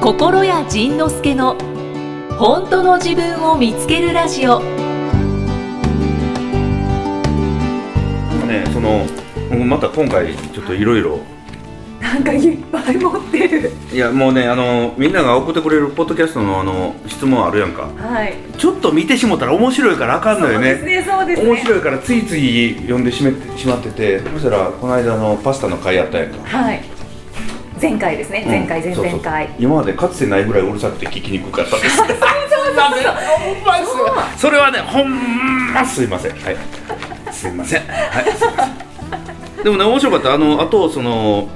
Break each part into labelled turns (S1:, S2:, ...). S1: 心谷仁之助の本当の自分を見つけるラジオ
S2: ねその僕また今回ちょっといろいろ
S3: なんかいっぱい持ってる。
S2: いやもうねあのみんなが送ってくれるポッドキャストのあの質問あるやんか
S3: はい。
S2: ちょっと見てしもたら面白いからあかんのよね
S3: そうですね。そうですね。
S2: 面白いからついつい読んでしめてしまっててそしたらこの間のパスタの回やったやんか
S3: はい。前回ですね。前回
S2: うん
S3: 前
S2: そうそう
S3: 々回。
S2: 今までかつてないぐらいうるさくて聞きにくかっ たですそうそれはねほんますいませんはいすいませんはいすいませんでもね面白かったあのあとその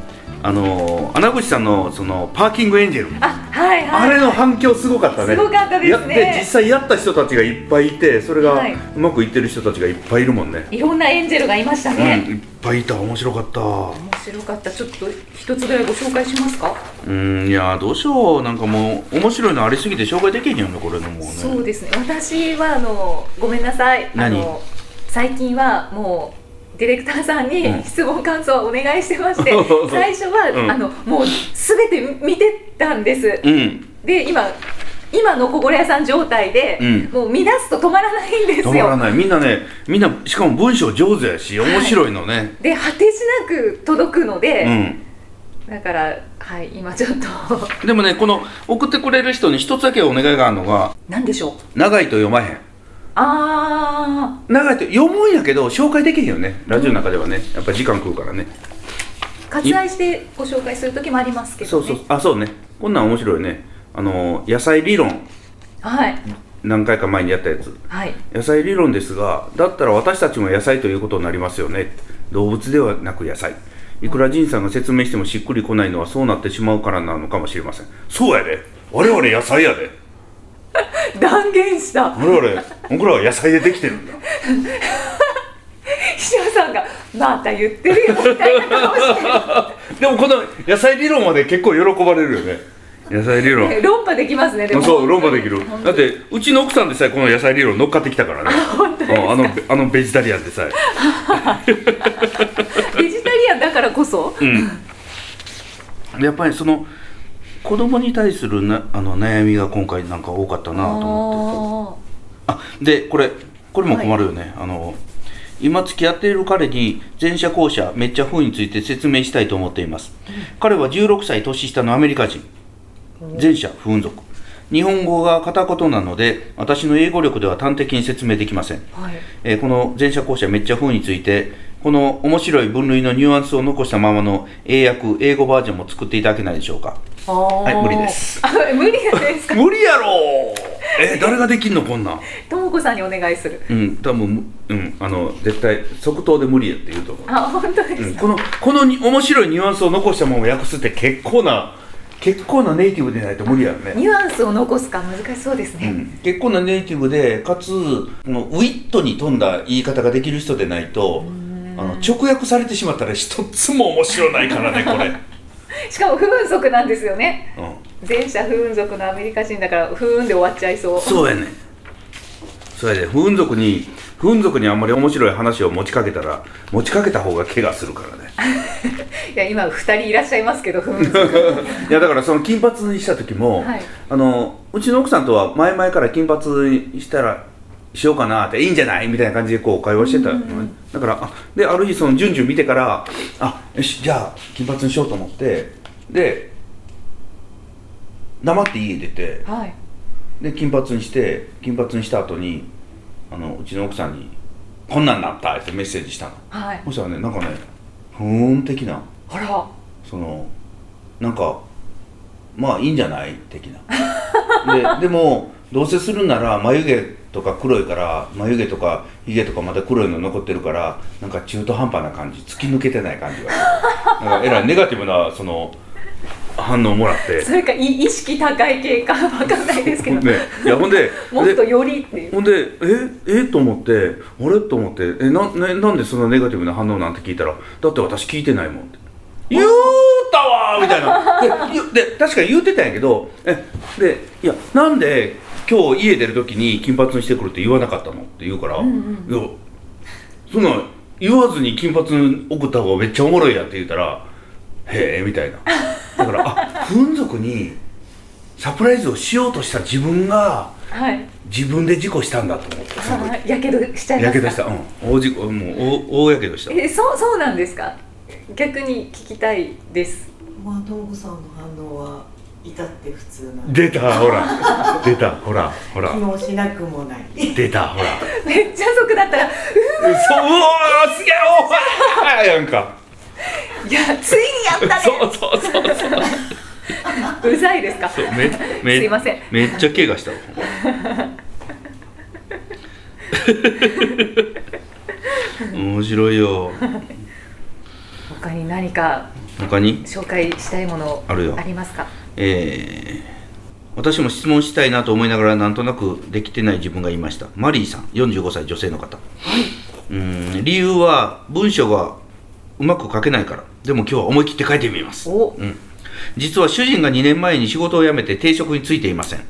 S2: あの穴口さんのそのパーキングエンジェル
S3: あ、はい
S2: あ
S3: はい。
S2: れの反響すごかったね。
S3: すごかったですね
S2: やって実際やった人たちがいっぱいいて、それが
S3: はいう
S2: まくいってる人たちがいっぱいいるもんね。
S3: いろんなエンジェルがいましたね。
S2: うん、いっぱいいた、面白かった。
S3: 面白かった。ちょっと一つぐらいご紹介しますか。
S2: うん、いや、どうしよう、なんかもう面白いのありすぎて紹介できへんよね、これのもうね。
S3: そうですね。私はあのごめんなさい。あ
S2: 何
S3: の最近はもう。ディレクターさん
S2: うん
S3: に質問感想をお願いしてま して、最初は、
S2: うん
S3: あのもうすべて見てたんです。
S2: うん、
S3: で今今の心屋さん状態で、
S2: うん
S3: もう乱すと止まらないんです
S2: 止
S3: よ
S2: まらない、みんなね、みんな、しかも文章上手やし、面白いのね。
S3: で果てしなく届くの
S2: う
S3: で、
S2: ん。
S3: だからはい今ちょっ と
S2: でもね、この送ってくれる人に一つだけお願いがあるのが、
S3: 何でしょう
S2: 長いと読まへん。
S3: あ
S2: 長いと読むんやけど、紹介できへんよね。ラジオの中ではね、やっぱ時間食うからね。
S3: ー割愛してご紹介する時もありますけ
S2: そ
S3: ど、
S2: う
S3: ね、
S2: そうあそうねこんなん面白いねあの野菜理論
S3: はい
S2: 何回か前にやったやつ
S3: はい
S2: 野菜理論ですがだったら私たちも野菜ということになりますよね動物ではなく野菜いくら仁さんが説明してもしっくりこないのはそうなってしまうからなのかもしれませんそうやで我々野菜やで
S3: 断言した
S2: 我々僕らは野菜でできてるんだ
S3: 岸田さんが「また言ってるよ」みたいな顔し
S2: でもこの野菜理論まで結構喜ばれるよね野菜理論
S3: て論破できますねでも
S2: そう論破できる
S3: 本当
S2: だっ
S3: に
S2: てうちの奥さんでさえこの野菜理論乗っかってきたからねうんあのあのベジタリアンでさえ
S3: ベジタリアンだからこそ
S2: うんやっぱりその子供に対するなあの悩みが今回なんか多かったなと思って
S3: あ
S2: あでこれこれも困るよね、あの今付き合っている彼に前者後者めっちゃ風について説明したいと思っています、彼は16歳年下のアメリカ人前者不運族日本語が片言なので私の英語力では端的に説明できません
S3: ーはい
S2: えーこの前者後者めっちゃ風についてこの面白い分類のニュアンスを残したままの英訳英語バージョンも作っていただけないでしょうか
S3: あはい
S2: 無理です
S3: あ無理なんですか
S2: 無理やろえー 誰ができんのこんなん
S3: ともこさんにお願いする
S2: うん多分うんあの絶対即答で無理やって言うと思う、
S3: あ本当で
S2: うん
S3: すか、
S2: このこのに面白いニュアンスを残したまま訳すって結構な結構なネイティブでないと無理やろね
S3: ニュアンスを残すか難しそうです
S2: う
S3: ね、
S2: ん、結構なネイティブでかつこのウィットに富んだ言い方ができる人でないとあの直訳されてしまったら一つも面白ないからねこれ、
S3: しかも不運族なんですよね
S2: うん、
S3: 前者不運族のアメリカ人だから不運で終わっちゃいそう
S2: そうやねんそうやで不運族に不運族にあんまり面白い話を持ちかけたら持ちかけた方が怪我するからね
S3: いや今二人いらっしゃいますけど不運族
S2: いやだからその金髪にした時も、
S3: はい
S2: あのうちの奥さんとは前々から金髪にしたらしようかなっていいんじゃないみたいな感じでこう会話してたのね、だからあである日その順々見てからあよしじゃあ金髪にしようと思ってで黙って家出て
S3: はい
S2: で金髪にして金髪にした後にあのうちの奥さんに「こんなんなった」ってメッセージしたの
S3: はい
S2: そしたらねなんかね不運的な
S3: あら
S2: そのなんかまあいいんじゃない的なでで もどうせするなら眉毛とか黒いから眉毛とかひげとかまだ黒いの残ってるからなんか中途半端な感じ突き抜けてない感じがなんかえらいネガティブなその反応もらって
S3: それかい意識高い系かわかんないですけど、
S2: ね、いやほんで
S3: もっとよりっていう
S2: ほんで「ええと思って「あれ?」と思ってえな、ねなんでそんなネガティブな反応なんて聞いたら「だって私聞いてないもん」って「言うたわ!」みたいなでゆで確かに言うてたんやけどえで「いやなんで今日家出る時に金髪にしてくるって言わなかったの?」って言うから「
S3: ん
S2: いやそんなん言わずに金髪送った方がめっちゃおもろいやん」って言うたら「へえ」みたいなだからあ不運族にサプライズをしようとした自分が
S3: はい
S2: 自分で事故したんだと思ってその
S3: あーやけどしちゃいま
S2: 時やけ
S3: す
S2: ど
S3: か
S2: したうん大事故もう大大やけどした
S3: えそうそうなんですか逆に聞きたいです
S4: まあ、トングさんの反応は至って普通な
S2: 出た ほら出たほらほら
S4: 気もしなくもない
S2: 出たほら
S3: めっちゃ族だったら
S2: そううおーすげえおわーやんか
S3: いやついにやった
S2: そ
S3: ね
S2: うそうそうそう
S3: うざいですか
S2: そうめめ
S3: すいません
S2: めっちゃ怪我し たわほんま面白いよ
S3: 他に何か
S2: 他に
S3: 紹介したいもの
S2: あるよ
S3: ありますか
S2: えー私も質問したいなと思いながらなんとなくできてない自分がいましたマリーさん45歳女性の方、うーん理由は文章がうまく書けないからでも今日は思い切って書いてみます
S3: お
S2: うん、実は主人が2年前に仕事を辞めて定職に就いていません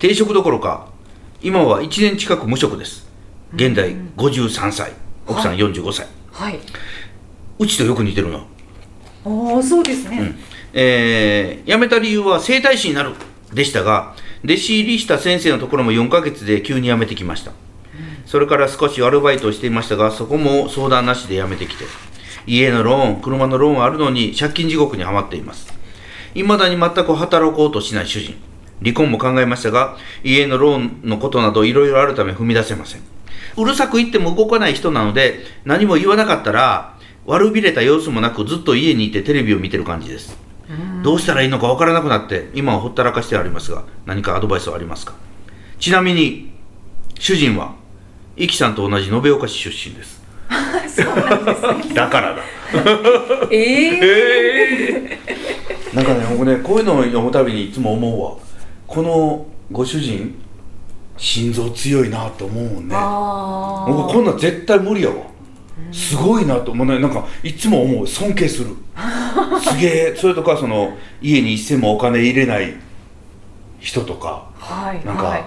S2: 定職どころか今は1年近く無職です現在53歳奥さん45歳
S3: はいう
S2: ちとよく似てるな
S3: おーそうです ね、
S2: うんえー辞めた理由は整体師になるでしたが弟子入りした先生のところも4ヶ月で急に辞めてきましたそれから少しアルバイトをしていましたがそこも相談なしで辞めてきて家のローン車のローンはあるのに借金地獄にはまっています未だに全く働こうとしない主人離婚も考えましたが家のローンのことなどいろいろあるため踏み出せませんうるさく言っても動かない人なので何も言わなかったら悪びれた様子もなくずっと家にいてテレビを見てる感じですどうしたらいいのかわからなくなって今はほったらかしてありますが何かアドバイスはありますかちなみに主人はイキさんと同じ延岡市出身ですだからだ
S3: えー、
S2: なんかね、僕ね、こういうのを読むたびにいつも思うわ。このご主人、心臓強いなと思うもんね。
S3: あ
S2: 僕こんなん絶対無理やわ。すごいなと思うね。なんかいつも思う。尊敬する。すげえ。それとかその家に一銭もお金入れない人とか、
S3: あはい
S2: なんか、
S3: はい、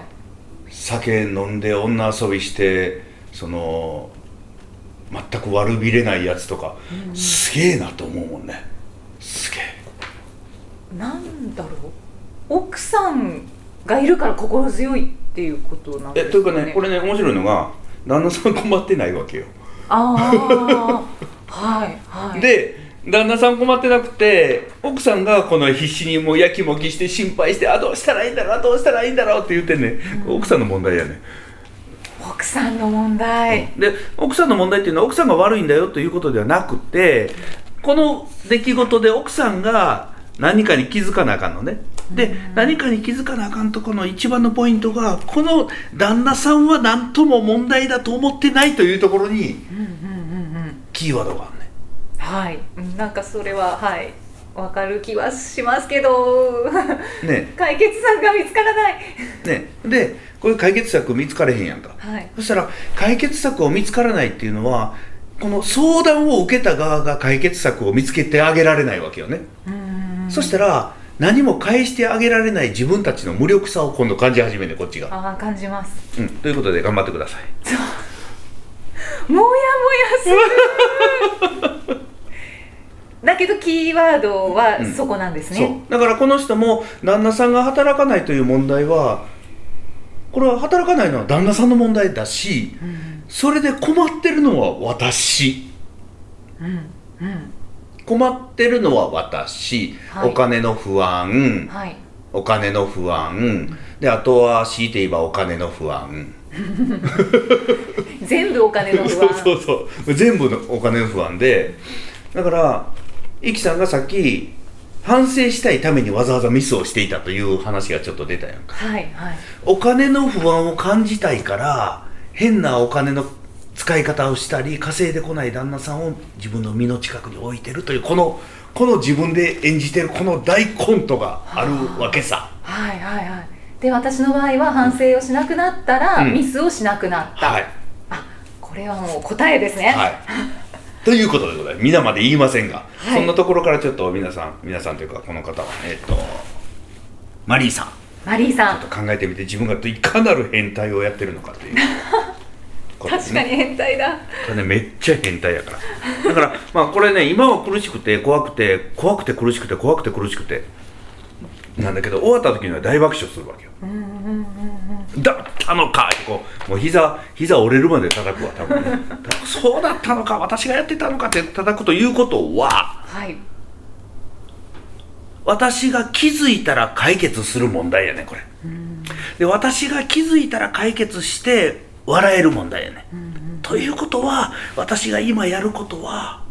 S2: 酒飲んで女遊びしてその全く悪びれないやつとか、すげえなと思うもんね。すげえ。
S3: なんだろう奥さんがいるから心強いっていうことなん
S2: え
S3: です
S2: というか
S3: かね
S2: ねこれね面白いのが旦那さん困ってないわけよ、
S3: ああはいはい
S2: で旦那さん困ってなくて奥さんがこの必死にもうやきもきして心配してあどうしたらいいんだろうどうしたらいいんだろうって言ってね、奥さんの問題やね、
S3: 奥さんの問題、
S2: で奥さんの問題っていうのは奥さんが悪いんだよということではなくてこの出来事で奥さんが何かに気づかなあかんのねで何かに気づかなあかんとこの一番のポイントがこの旦那さんは何とも問題だと思ってないというところに
S3: うん、うんうんうん
S2: キーワードがあるね
S3: はいうんなんかそれははいわかる気はしますけど
S2: ね
S3: 解決策が見つからない
S2: ねでこういう解決策見つかれへんやんか
S3: はい
S2: そしたら解決策を見つからないっていうのはこの相談を受けた側が解決策を見つけてあげられないわけよね、
S3: うん
S2: そしたら何も返してあげられない自分たちの無力さを今度感じ始めるねこっちが、
S3: ああ感じます
S2: うん、ということで頑張ってください
S3: もやもやする だけどキーワードはそこなんですね、
S2: そうだからこの人も旦那さんが働かないという問題はこれは働かないのは旦那さんの問題だし
S3: うん
S2: それで困ってるのは私
S3: うんうん
S2: 困ってるのは私、
S3: はい
S2: お金の不安
S3: はい
S2: お金の不安であとは強いて言えばお金の不安
S3: 全部お金の不
S2: そう
S3: 安
S2: そうそう全部のお金の不安でだからイキさんがさっき反省したいためにわざわざミスをしていたという話がちょっと出たやんか
S3: はいはい
S2: お金の不安を感じたいから変なお金の使い方をしたり稼いでこない旦那さんを自分の身の近くに置いてるというこのこの自分で演じてるこの大コントがあるわけさ
S3: はいはいはいで私の場合は反省をしなくなったら、
S2: うん
S3: ミスをしなくなった、
S2: はい
S3: あこれはもう答えですね、
S2: はいということでございます皆まで言いませんが、
S3: はい
S2: そんなところからちょっと皆さん皆さんというかこの方はえっ、とマリーさん
S3: マリーさん
S2: と考えてみて自分がいかなる変態をやってるのかということで
S3: 確
S2: す
S3: かに
S2: ね
S3: 変態だ
S2: これねめっちゃ変態やからだからまあこれね今は苦しくて怖くて怖くて苦しくて怖くて苦しくてなんだけど終わった時には大爆笑するわけよ
S3: うんうんうんうん
S2: だったのかってこうもう膝膝折れるまで叩くわ多分ね そうだったのか私がやってたのかって叩くということは
S3: はい
S2: 私が気づいたら解決する問題やねこれで私が気づいたら解決して笑える問題やね、ということは私が今やることは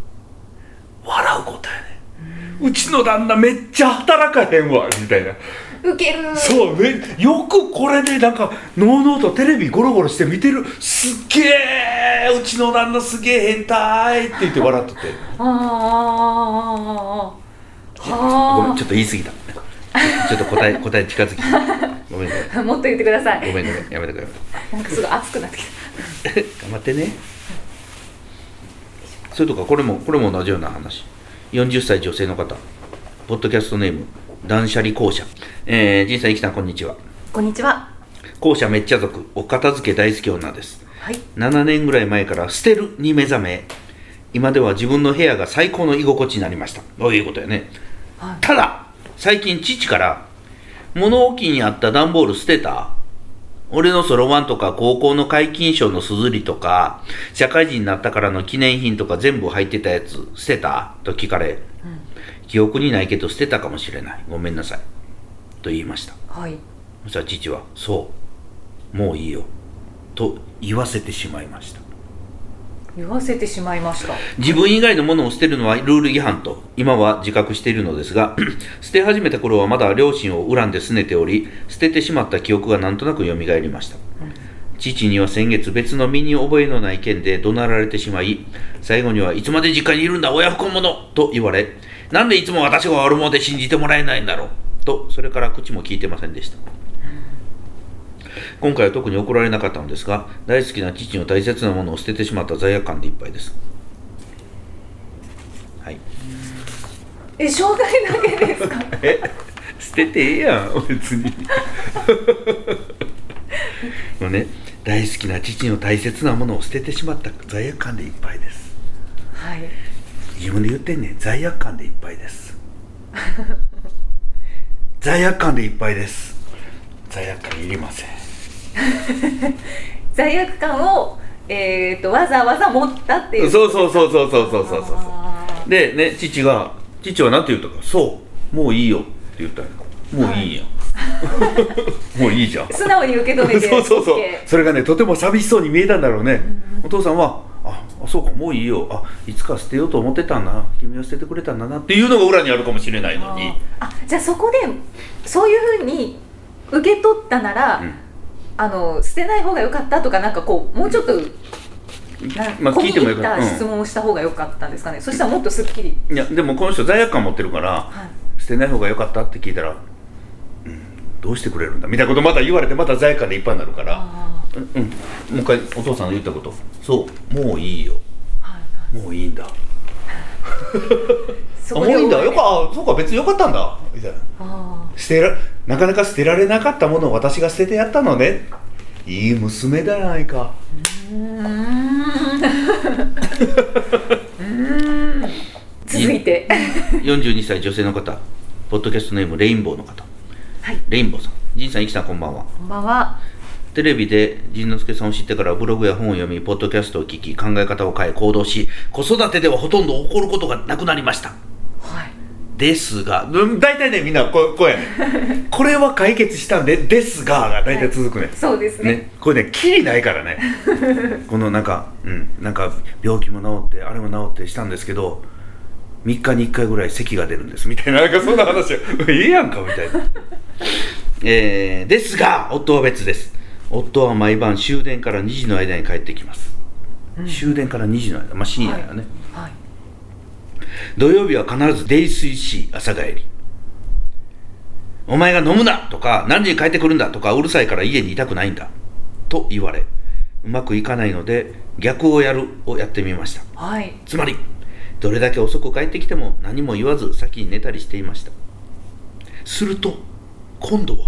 S2: 笑うことやね、うちの旦那めっちゃ働かへんわみたいな
S3: ウケる
S2: そうめよくこれでなんかのうのうとテレビゴロゴロして見てるすっげえうちの旦那すげえ変態って言って笑っとって
S3: あーあーあーあー
S2: ごめん
S3: は
S2: ちょっと言い過ぎたちょっと答え答え近づきごめんごめん
S3: あもっと言ってくださ
S2: ご
S3: い
S2: めんごめんやめてくれ
S3: なんかすごい熱くなってきた
S2: 頑張ってねそれとかこれもこれも同じような話40歳女性の方ポッドキャストネーム断捨離校舎えー、じいさんいきさんこんにちは
S3: こんにちは
S2: 校舎めっちゃ族お片付け大好き女です
S3: はい
S2: 7年ぐらい前から捨てるに目覚め今では自分の部屋が最高の居心地になりましたということやね
S3: はい
S2: ただ最近父から物置にあった段ボール捨てた俺のそろばんとか高校の皆勤賞のすずりとか社会人になったからの記念品とか全部入ってたやつ捨てたと聞かれ、記憶にないけど捨てたかもしれないごめんなさいと言いました
S3: はい
S2: そしたら父は「そうもういいよ」と言わせてしまいました
S3: 言わせてしまいました
S2: 自分以外のものを捨てるのはルール違反と今は自覚しているのですが 捨て始めた頃はまだ両親を恨んで拗ねており捨ててしまった記憶がなんとなく蘇りました、父には先月別の身に覚えのない件で怒鳴られてしまい最後にはいつまで実家にいるんだ親不孝者と言われなんでいつも私が悪者で信じてもらえないんだろうとそれから口も聞いてませんでした今回は特に怒られなかったのですが大好きな父の大切なものを捨ててしまった罪悪感でいっぱいですはい
S3: え障害だけです か
S2: え捨ててええやん別にもうね大好きな父の大切なものを捨ててしまった罪悪感でいっぱいです
S3: はい
S2: 自分で言ってんねん罪悪感でいっぱいです罪悪感でいっぱいです罪悪感いりません
S3: 罪悪感を、えー、とわざわざ持ったっていう
S2: そうそうそうそうそうそうそうそう
S3: あ
S2: でね父が父は何て言ったか「そうもういいよ」って言ったのもういいやん、 もういいじゃん
S3: ー素直に受け止めて
S2: そうそうそう
S3: OK
S2: それがねとても寂しそうに見えたんだろうね、お父さんは「ああそうかもういいよあいつか捨てようと思ってたんだな君は捨ててくれたんだな」っていうのが裏にあるかもしれないのに
S3: あじゃあそこでそういうふうに受け取ったなら、
S2: うん
S3: あの捨てない方が良かったとかなんかこうもうちょっと、な
S2: まあ
S3: 込
S2: 聞
S3: み
S2: いても
S3: 入
S2: よ
S3: っ
S2: かった
S3: た質
S2: う
S3: 問をした方が良かったんですかね、そしたらもっとすっきり、
S2: ん、いやでもこの人罪悪感持ってるから、
S3: はい、
S2: 捨てない方が良かったって聞いたら、うん、どうしてくれるんだみたいなことまた言われてまた罪悪感でいっぱいになるから、
S3: あ
S2: うん、うんもう一回お父さんの言ったこと「そうもういいよ
S3: ーはいはい
S2: もういいんだ」
S3: そこ
S2: あもう
S3: で
S2: いいんだよかあそうか別によかったんだ」みたいな。
S3: あ
S2: 捨てらなかなか捨てられなかったものを私が捨ててやったのねいい娘だやないか
S3: ーうー んうーん続いて
S2: 42歳女性の方ポッドキャストネームレインボーの方
S3: はい
S2: レインボーさん仁さんいきさんこんばんは
S3: こんばんは
S2: テレビで仁之助さんを知ってからブログや本を読みポッドキャストを聞き考え方を変え行動し子育てではほとんど起こることがなくなりました
S3: はい
S2: ですがうん大体ねみんなこうこうや ねこれは解決したんで「ですが」が大体続くね、
S3: そうですね
S2: ね、これねキリないから ねこのなんかうんなんか病気も治ってあれも治ってしたんですけど3日に1回ぐらい咳が出るんですみたいななんかそんな話 よいいやんかみたい なえーですが夫は別です夫は毎晩終電から2時の間に帰ってきます、終電から2時の間まあ深夜だね、
S3: はい
S2: 土曜日は必ず泥酔し朝帰りお前が飲むなとか何時に帰ってくるんだとかうるさいから家にいたくないんだと言われうまくいかないので逆をやるをやってみました
S3: はい
S2: つまりどれだけ遅く帰ってきても何も言わず先に寝たりしていましたすると今度は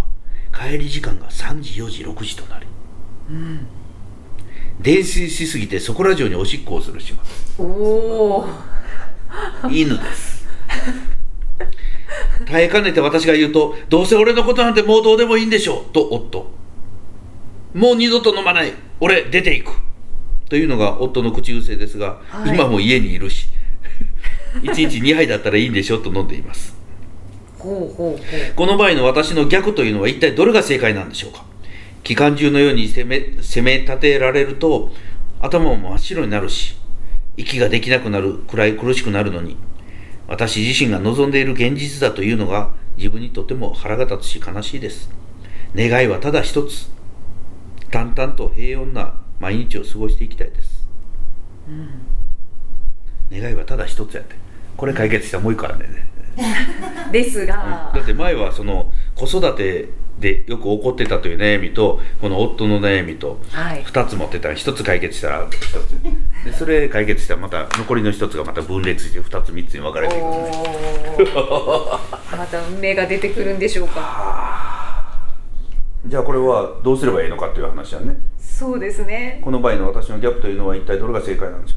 S2: 帰り時間が3時4時6時となり、泥酔しすぎてそこら中におしっこをする始末
S3: おお
S2: 犬です耐えかねて私が言うとどうせ俺のことなんてもうどうでもいいんでしょうと夫もう二度と飲まない俺出ていくというのが夫の口癖ですが、
S3: はい
S2: 今も家にいるし1日2杯だったらいいんでしょうと飲んでいます
S3: ほうほうほう
S2: この場合の私の逆というのは一体どれが正解なんでしょうか機関銃のように攻め攻め立てられると頭も真っ白になるし息ができなくなるくらい苦しくなるのに私自身が望んでいる現実だというのが自分にとても腹が立つし悲しいです願いはただ一つ淡々と平穏な毎日を過ごしていきたいです、願いはただ一つやってこれ解決したらもう一個あるんだよね
S3: ですが、
S2: だって前はその子育てでよく起こってたという悩みとこの夫の悩みと
S3: はい
S2: 2つ持ってたら1つ解決したら1つでそれ解決したらまた残りの1つがまた分裂して2つ3つに分かれていく
S3: おーまた目が出てくるんでしょうか
S2: じゃあこれはどうすればいいのかという話だね
S3: そうですね
S2: この場合の私のギャップというのは一体どれが正解なんでしょ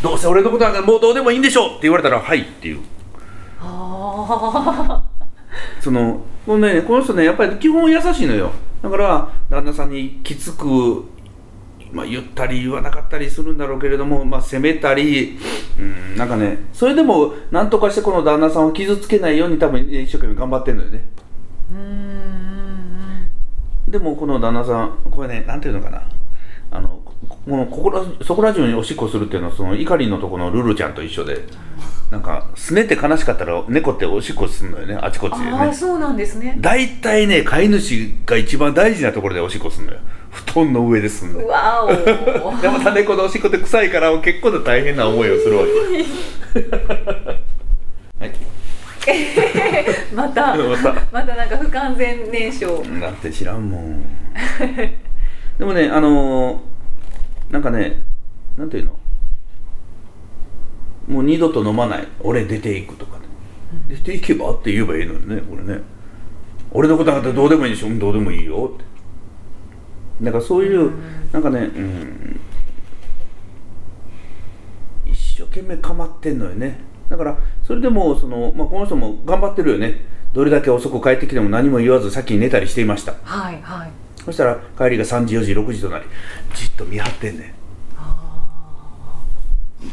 S2: うどうせ俺のことなんかもうどうでもいいんでしょうって言われたらはいっていう
S3: あ
S2: そのこの,、ね、この人ねやっぱり基本優しいのよだから旦那さんにきつく、まあ、言ったり言わなかったりするんだろうけれども、まあ、責めたりうんなんかねそれでも何とかしてこの旦那さんを傷つけないように多分ね一生懸命頑張ってるのよね
S3: ーうーん
S2: でもこの旦那さんこれねなんていうのかなあのここのここらそこら中におしっこするっていうのはその怒りのとこのルルちゃんと一緒でなんかすねて悲しかったら猫っておしっこするのよねあちこちでね
S3: ああそうなんですね
S2: 大体ね飼い主が一番大事なところでおしっこすんのよ布団の上ですんの
S3: う
S2: よ
S3: わ お
S2: でまた猫のおしっこって臭いから結構な大変な思いをするわ けはい
S3: また
S2: また
S3: またなんか不完全燃焼
S2: だって知らんも んでもねあのーなんかねなんていうのもう二度と飲まない俺出ていくとかね出ていけばって言えばいいのにねこれね俺のことなんてどうでもいいでしょうんどうでもいいよってなんかそういう、なんかねうん一生懸命構ってんのよねだからそれでもその、まあ、この人も頑張ってるよねどれだけ遅く帰ってきても何も言わず先に寝たりしていました
S3: はいはい
S2: そしたら帰りが3時4時6時となりじっと見張ってんね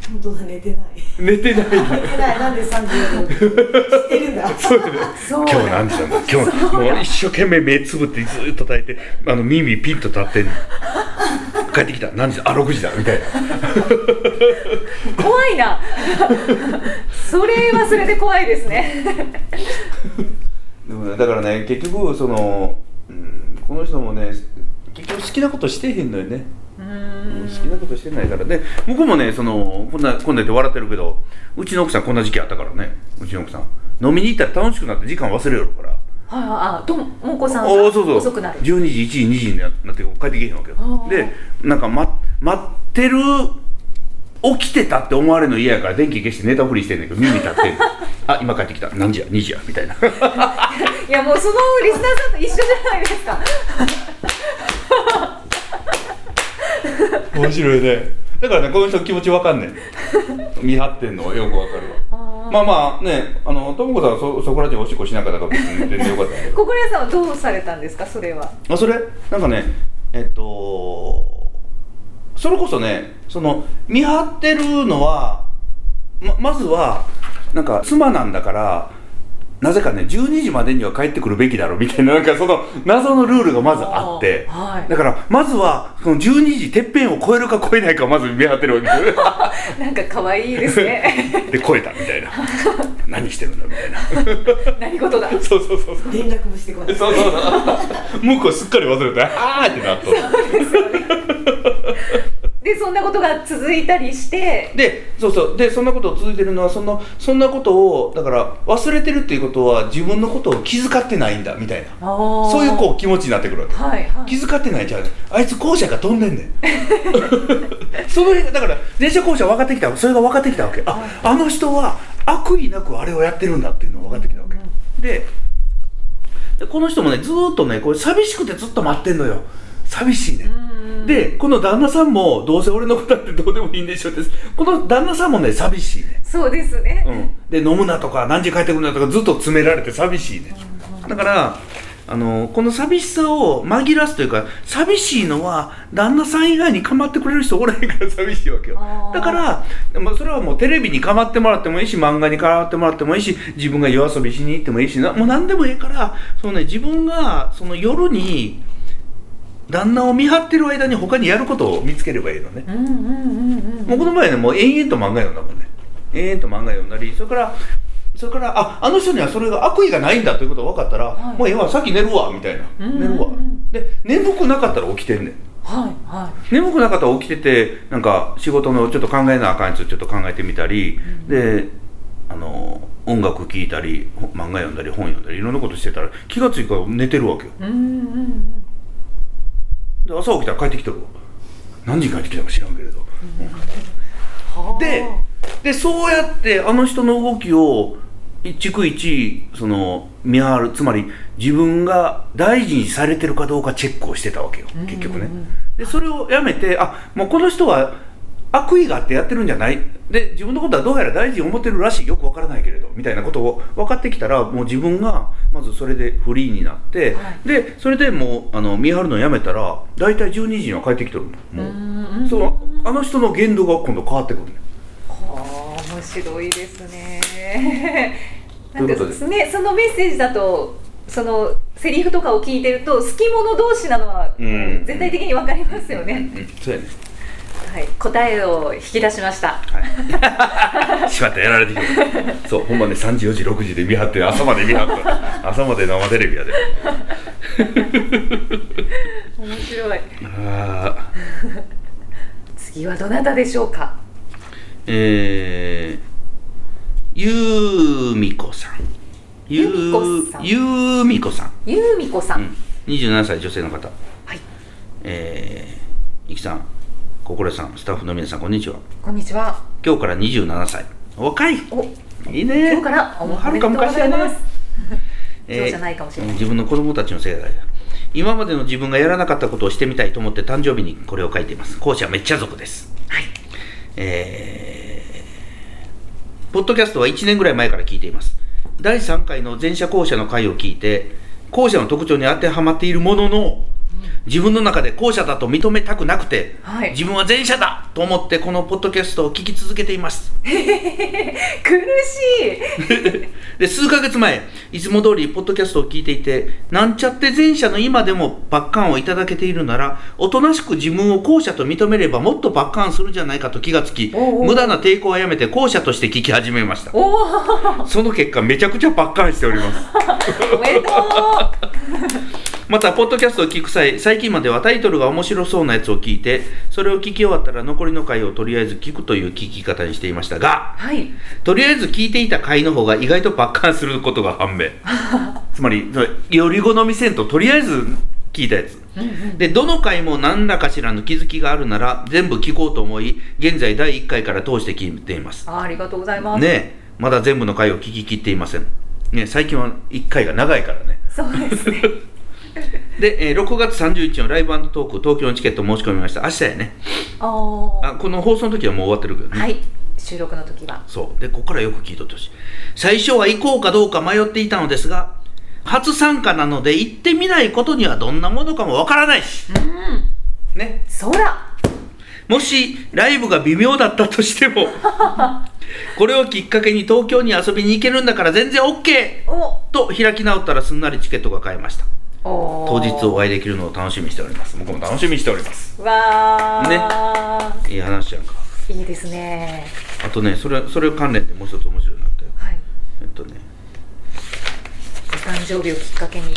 S4: 本当だ寝てない
S2: ん寝てない
S4: 寝てないなんで34度知ってるんだ
S3: そう
S2: 今日何時なんだ今日もう一生懸命目つぶってずっと抱いてあの耳ピンと立ってんの帰ってきた何時だあ6時だみたいな
S3: 怖いな それはそれで怖いですね
S2: でもねだからね結局その、うん、この人もね結局好きなことしてへんのよね
S3: う
S2: うん好
S3: ー
S2: きなことしてないからで向こうもねそのこんなこんなって笑ってるけどうちの奥さんこんな時期あったからねうちの奥さん飲みに行ったら楽しくなって時間忘れよるから
S3: はいはいあともこさんが
S2: おおそうそう
S3: 遅くなる
S2: 12時1時2時になって帰ってけへんわけよ
S3: あー
S2: でなんか、ま、待ってる起きてたって思われるの嫌やから電気消して寝たふりしてんねんけど耳立って んのあ今帰ってきた何時や2時やみたいない
S3: やもうそのリスナーさんと一緒じゃないですか
S2: 面白いねだからねこの人気持ちわかんねん見張ってんのはよくわかるわまあまあねあのともこさんはそそこら中おしっこしなかったから別に全然よかったんやけど
S3: 心屋さんはどうされたんですかそれは
S2: あそれなんかねえっとそれこそねその見張ってるのはままずはなんか妻なんだからなぜかね12時までには帰ってくるべきだろうみたいななんかその謎のルールがまずあって
S3: あーはい
S2: だからまずはその12時てっぺんを超えるか超えないかをまず見張ってるわけです
S3: なんか可愛いです ね
S2: で超えたみたいな何してるんだみたいな
S3: 何事だ
S2: そうそうそうそう
S4: 連絡もしてこない
S2: そうそうそう向こうすっかり忘れてあーってなっとる
S3: でそんなことが続いたりして
S2: でそうそうでそんなことを続いてるのはそのそんなことをだから忘れてるっていうことは自分のことを気遣ってないんだみたいな
S3: そ
S2: そういうこう気持ちになってくるわけ
S3: はいはい
S2: 気遣ってないじゃんあいつ校舎が飛んでんね んその辺がだから電車校舎分かってきたそれが分かってきたわけああの人は悪意なくあれをやってるんだっていうのが分かってきたわけ、ででこの人もねずーっとねこれ寂しくてずっと待ってんのよ寂しいね、
S3: うん
S2: でこの旦那さんもどうせ俺のことだってどうでもいいんでしょってこの旦那さんもね寂しい ね、
S3: そうですね、
S2: うん、で飲むなとか何時帰ってくるなとかずっと詰められて寂しいねだからあのこの寂しさを紛らすというか寂しいのは旦那さん以外に構ってくれる人おらへんから寂しいわけよ
S3: あー
S2: だから、まあ、それはもうテレビに構ってもらってもいいし漫画に構ってもらってもいいし自分が夜遊びしに行ってもいいしなもう何でもいいからその、ね、自分がその夜に旦那を見張ってる間に他にやることを見つければいいのね
S3: うんうんうん
S2: もうこの前ねもう延々と漫画読んだもんね延々と漫画読んだりそれからそれからああの人にはそれが悪意がないんだということが分かったら、
S3: はい
S2: もうええわさっき寝るわみたいな、
S3: うんうんうん
S2: 寝るわで眠くなかったら起きてんねん
S3: はいは
S2: 眠くなかったら起きててなんか仕事のちょっと考えなあかんやつちょっと考えてみたり、であの音楽聴いたりほ漫画読んだり本読んだりいろんなことしてたら気がついたら寝てるわけよ
S3: いうんうん
S2: で朝起きたら帰ってきてるわ何時に帰ってきたか知らんけれど、うん
S3: うん
S2: ででそうやってあの人の動きを一区一その見張るつまり自分が大事にされてるかどうかチェックをしてたわけよ
S3: うんうんうん
S2: 結局ね、でそれをやめてあもうこの人は悪意があってやってるんじゃないで自分のことはどうやら大事に思ってるらしいよくわからないけれどみたいなことを分かってきたらもう自分がまずそれでフリーになって、
S3: は
S2: でそれでもうあの見張るのやめたら大体12時には帰ってきてるもう、
S3: うんうん
S2: そのあの人の言動が今度変わってくるね
S3: はあ面白いですね
S2: ということです
S3: なんかねそのメッセージだとそのセリフとかを聞いてると好き者同士なのは
S2: うん
S3: 絶対的にわかりますよ
S2: うん
S3: ね、
S2: うんそうやね
S3: はい、答えを引き出しました
S2: はい。しまった、やられてきた。そう、ほんまね、3時、4時、6時で見張って、朝まで見張って、朝まで生テレビやで。
S3: 面白い
S2: あー
S3: 次はどなたでしょうか
S2: えー、ゆうみこさん。ゆ
S3: ゆみこ
S2: う
S3: さん
S2: ゆうみこさん。
S3: ゆうみこさ、
S2: うんん。27歳女性の方。
S3: はい
S2: えー、いきさん、心得さん、スタッフの皆さん、こんにちは。
S3: こんにちは
S2: 今日から27歳。お若い
S3: お
S2: いいね。
S3: 今日からお
S2: もうはるか昔
S3: お
S2: や
S3: めでとうござい
S2: ね
S3: ます。今日じゃないかもしれない
S2: えー自分の子供たちの世代だ今までの自分がやらなかったことをしてみたいと思って誕生日にこれを書いています講師はめっちゃ族ですはいえーポッドキャストは1年ぐらい前から聞いています第3回の前者後者の回を聞いて後者の特徴に当てはまっているものの自分の中で後者だと認めたくなくて、
S3: はい
S2: 自分は前者だと思ってこのポッドキャストを聞き続けています
S3: 苦しい
S2: で数ヶ月前いつも通りポッドキャストを聞いていてなんちゃって前者の今でもパッカンをいただけているならおとなしく自分を後者と認めればもっとパッカンするんじゃないかと気がつき
S3: おうおう
S2: 無駄な抵抗はやめて後者として聞き始めました
S3: おー
S2: その結果めちゃくちゃパッカンしてお ります
S3: おめでとう
S2: またポッドキャストを聞く際最近まではタイトルが面白そうなやつを聞いてそれを聞き終わったら残りの回をとりあえず聞くという聞き方にしていましたが
S3: はい
S2: とりあえず聞いていた回の方が意外とバッカンすることが 判明つまりそれより好みせんととりあえず聞いたやつでどの回も何らかしらの気づきがあるなら全部聞こうと思い現在第1回から通して聞いています
S3: あーありがとうございます、
S2: ねえまだ全部の回を聞き切っていませんねえ最近は1回が長いからね
S3: そうですね
S2: で、えー6月31日のライブトーク東京のチケット申し込みました明日やね
S3: あー
S2: あこの放送の時はもう終わってるけどね
S3: はい収録の時は
S2: そう。で、ここからよく聞いとってほしい。最初は行こうかどうか迷っていたのですが、初参加なので行ってみないことにはどんなものかもわからないし、
S3: うん
S2: ね。
S3: そら
S2: もし、ライブが微妙だったとして も、これをきっかけに東京に遊びに行けるんだから全然 OK!
S3: お
S2: と開き直ったらすんなりチケットが買えました。
S3: お
S2: 当日お
S3: わ
S2: 会いできるのを楽しみにしております。僕も楽しみにしております。
S3: あ、
S2: いい話やんか。
S3: いいですね
S2: あとね、それ、それ関連でもう一つ面白いのあったよ。
S3: はい
S2: えっとね、
S3: お誕生日をきっかけに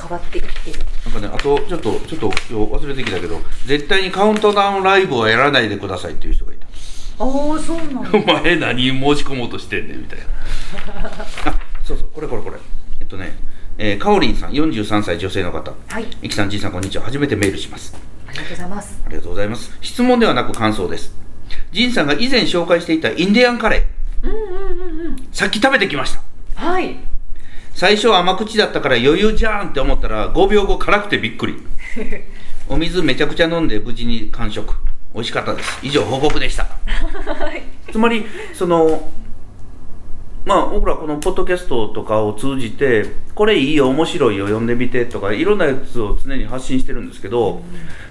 S3: 変わっていってる
S2: なんかね、あとちょっと、ちょっと今日忘れてきたけど、絶対にカウントダウンライブはやらないでくださいっていう人がいた。
S3: ああそうな
S2: お
S3: の
S2: 前何申し込もうとしてんねんみたいな。 あ、そうそう、これこれこれ。えっとね、えー、かおりんさん、43歳女性の方。
S3: はい
S2: いきさん、じいさん、こんにちは。初めてメールします。
S3: ありがとうございます
S2: ありがとうございます。質問ではなく感想です。じいさんが以前紹介していたインディアンカレ
S3: う
S2: ー。
S3: んうんうんうん
S2: さっき食べてきました。
S3: はい
S2: 最初は甘口だったから余裕じゃんって思ったら5秒後辛くてびっくりお水めちゃくちゃ飲んで無事に完食美味しかったです以上報告でしたつまりそのまあ僕らこのポッドキャストとかを通じてこれいいよ面白いよ読んでみてとかいろんなやつを常に発信してるんですけど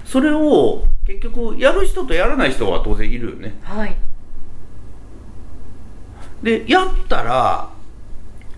S2: それを結局やる人とやらない人は当然いるよね
S3: はい
S2: でやったら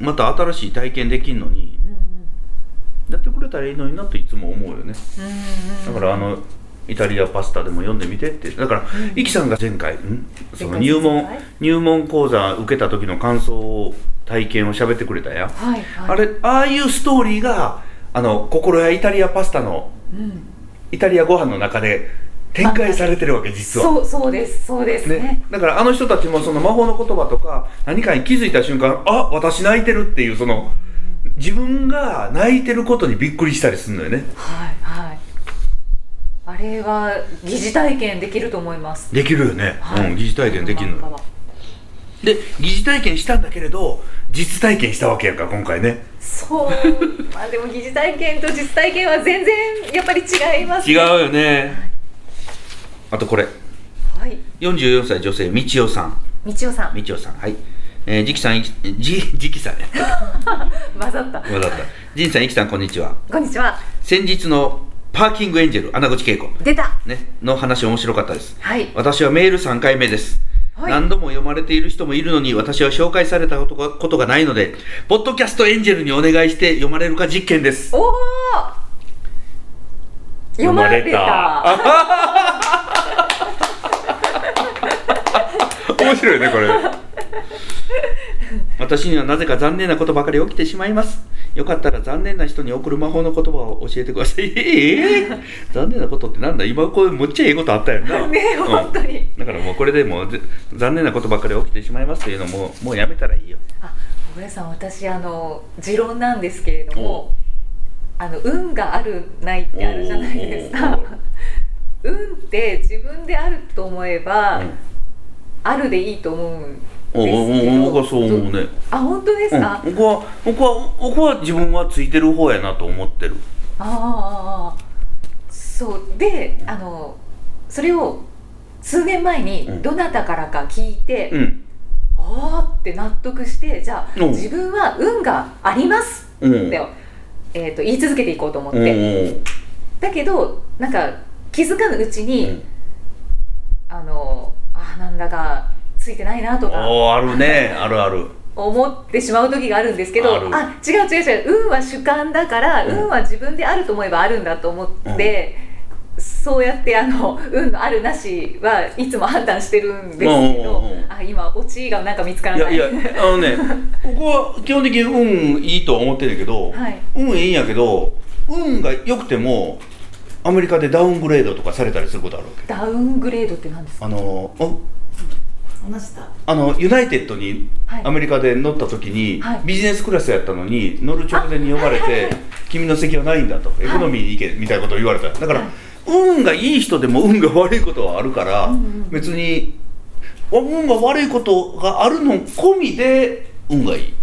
S2: また新しい体験できるのに
S3: うん
S2: やってくれたらいいのになといつも思うよ
S3: う
S2: ね
S3: ん
S2: だからあのイタリアパスタでも読んでみてってだからイキさんが前回んその入門
S3: 前回
S2: 入門講座受けた時の感想を体験を喋ってくれたやん
S3: はいはい
S2: あれああいうストーリーがあの心やイタリアパスタの
S3: うん
S2: イタリアご飯の中で展開されてるわけ実は
S3: そうそうですそうですね
S2: ね、だからあの人たちもその魔法の言葉とか何かに気づいた瞬間あ私泣いてるっていうその自分が泣いてることにびっくりしたりするのよね
S3: はいはいあれは疑似体験できると思います、
S2: できるよね、
S3: はい
S2: うん疑似体験できるの
S3: こ漫
S2: よ
S3: 画は
S2: で疑似体験したんだけれど実体験したわけやんか今回ね
S3: そうまあでも疑似体験と実体験は全然やっぱり違います
S2: 違うよねあとこれ
S3: はい
S2: 44歳女性みちおさん
S3: 道夫さん
S2: みちおさんはいえー、じきさんいきじじきさんね
S3: 混ざった
S2: ごめんなさいじんさんいきさんこんにちは
S3: こんにちは
S2: 先日のパーキングエンジェル穴口恵子
S3: 出た
S2: ね、の話面白かったです
S3: はい
S2: 私はメール3回目です、
S3: はい
S2: 何度も読まれている人もいるのに私は紹介されたことがことがないのでポッドキャストエンジェルにお願いして読まれるか実験です
S3: おお読まれた
S2: 面白い ねこれ私にはなぜか残念なことばかり起きてしまいますよかったら残念な人に送る魔法の言葉を教えてくださいええ残念なことってなんだ今こうむっちゃええことあったよな
S3: ね
S2: うん
S3: 本当に
S2: だからもうこれでもうぜ残念なことばっかり起きてしまいますというのももうやめたらいいよ
S3: あ小倉さん私あの持論なんですけれどもあの運があるないってあるじゃないですか
S2: おーおー
S3: 運って自分であると思えば、
S2: うん
S3: あるでいいと思うんですけ
S2: おうおうおう
S3: ど
S2: 僕はそう思うね、
S3: あ本当です
S2: うん、
S3: か、
S2: 僕は僕は僕は自分はついてる方やなと思ってる
S3: ああそうであのそれを数年前
S2: うん
S3: にどなたからか聞いて、
S2: うん
S3: ああって納得してじゃあ
S2: うん
S3: 自分は運があります
S2: うん
S3: って、えー、と言い続けていこうと思っ
S2: うんう
S3: て、
S2: ん
S3: だけどなんか気づかぬうち
S2: う
S3: に、
S2: ん
S3: あのあなんだかついてないなとか
S2: おーあるねあるある
S3: 思ってしまう時があるんですけ
S2: あ
S3: ど
S2: る
S3: あ違う違う違う運は主観だから、
S2: うん
S3: 運は自分であると思えばあるんだと思って、そうやってあの運のあるなしはいつも判断してるんですけど、
S2: うんうんうんうん
S3: あ今オチがなんか見つから
S2: い
S3: な
S2: や
S3: い
S2: いやあのねここは基本的に運いいとは思ってるけど、
S3: はい
S2: 運いいんやけど運が良くてもアメリカでダウングレードとかされたりすることあるわけ
S3: ダウングレードって何ですか
S2: あのあ
S4: 同じだ
S2: あのユナイテッドに
S3: はい
S2: アメリカで乗った時に、
S3: はい
S2: ビジネスクラスやったのに乗る直前に呼ばれて「君の席はないんだ」と「エコノミーに行け」みたいなことを言われただから、
S3: はい
S2: 運がいい人でも運が悪いことはあるから、
S3: うんうん
S2: 別に運が悪いことがあるの込みで運がいいって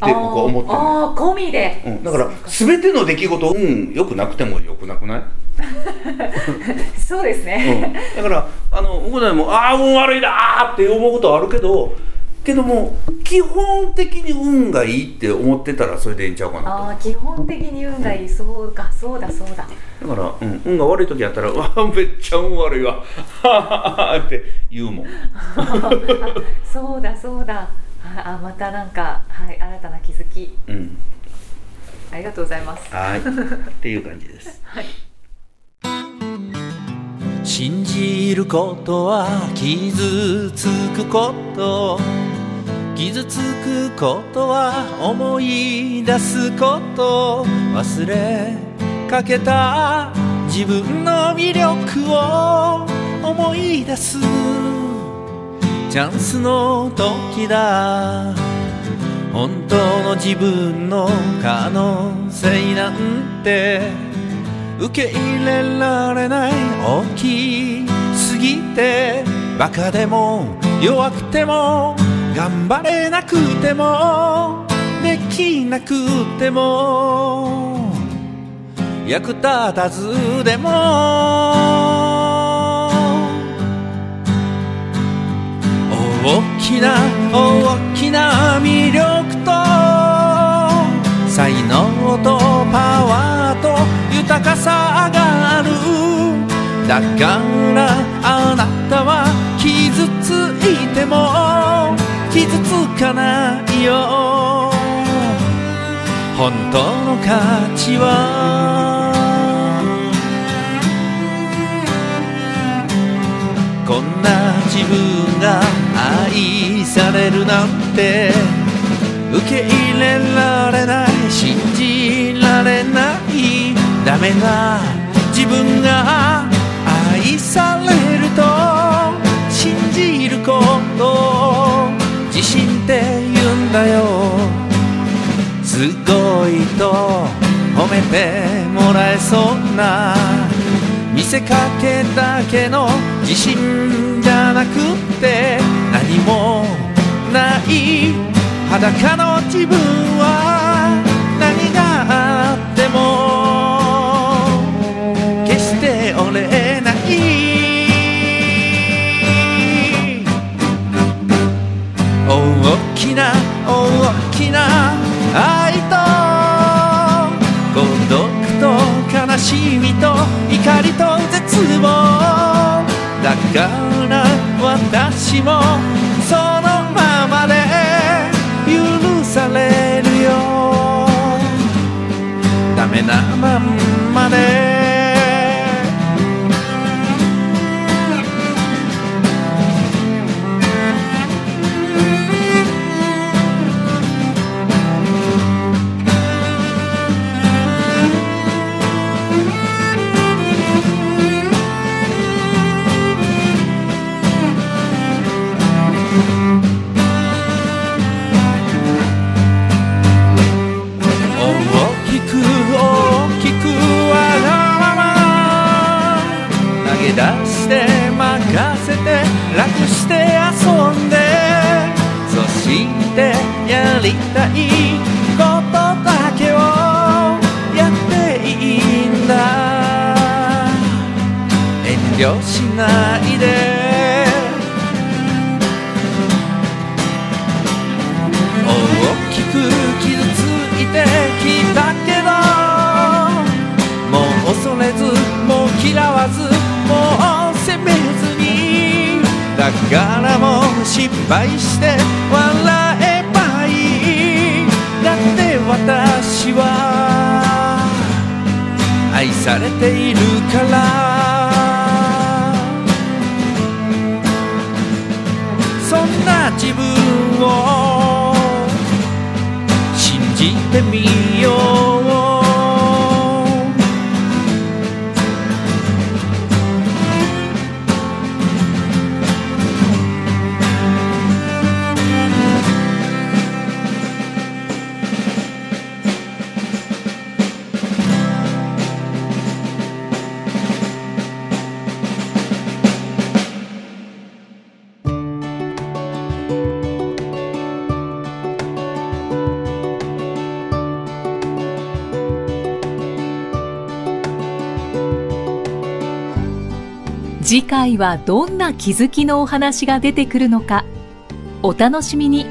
S2: 僕は思ってるのよ、
S3: あーあー込みで、
S2: うん、だから全ての出来事運良くなくても良くなくない
S3: そうですね、
S2: だからあの僕らもああ運悪いなーって思うことはあるけどけども基本的に運がいいって思ってたらそれでいいんちゃうか
S3: あ
S2: な
S3: あ基本的に運がいい、そうかそうだそうだ
S2: とだから、うん、運が悪い時やったら「 うわめっちゃ運悪いわ」 って言うもん
S3: そうだそうだああまたなんか、はい、新たな気づき
S2: うん
S3: ありがとうございます
S2: はいっていう感じです
S3: はい
S5: 信じることは傷つくこと傷つくことは思い出すこと忘れかけた自分の魅力を思い出すチャンスの時だ本当の自分の可能性なんて受け入れられない大きすぎてバカでも弱くても頑張れなくてもで
S2: きなくても役立たずでも大きな大きな魅力と才能とパワーと豊かさがあるだからあなたは傷ついても傷つかないよ本当の価値はこんな自分が愛されるなんて受け入れられない信じられないダメな自分が愛されると信じることを自信って言うんだよすごいと褒めてもらえそうな見せかけだけの自信じゃなくって何もない裸の自分は何があっても決して折れない大きな大きな愛と孤独と悲しみと怒りと絶望だから私もそのままで許されるよダメなまんまで大きく大きくわがまま投げ出して任せて楽して遊んでそしてやりたいことだけをやっていいんだ遠慮しないで大きく傷ついてきたけどもう恐れずもう嫌わずもう責めずにだからもう失敗して笑えばいいだって私は愛されているからそんな自分を信じてみよう
S3: 次回はどんな気づきのお話が出てくるのかお楽しみに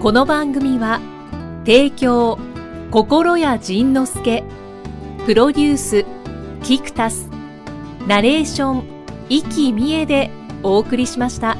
S3: この番組は提供心谷仁之助プロデュースキクタスナレーション生きみえでお送りしました。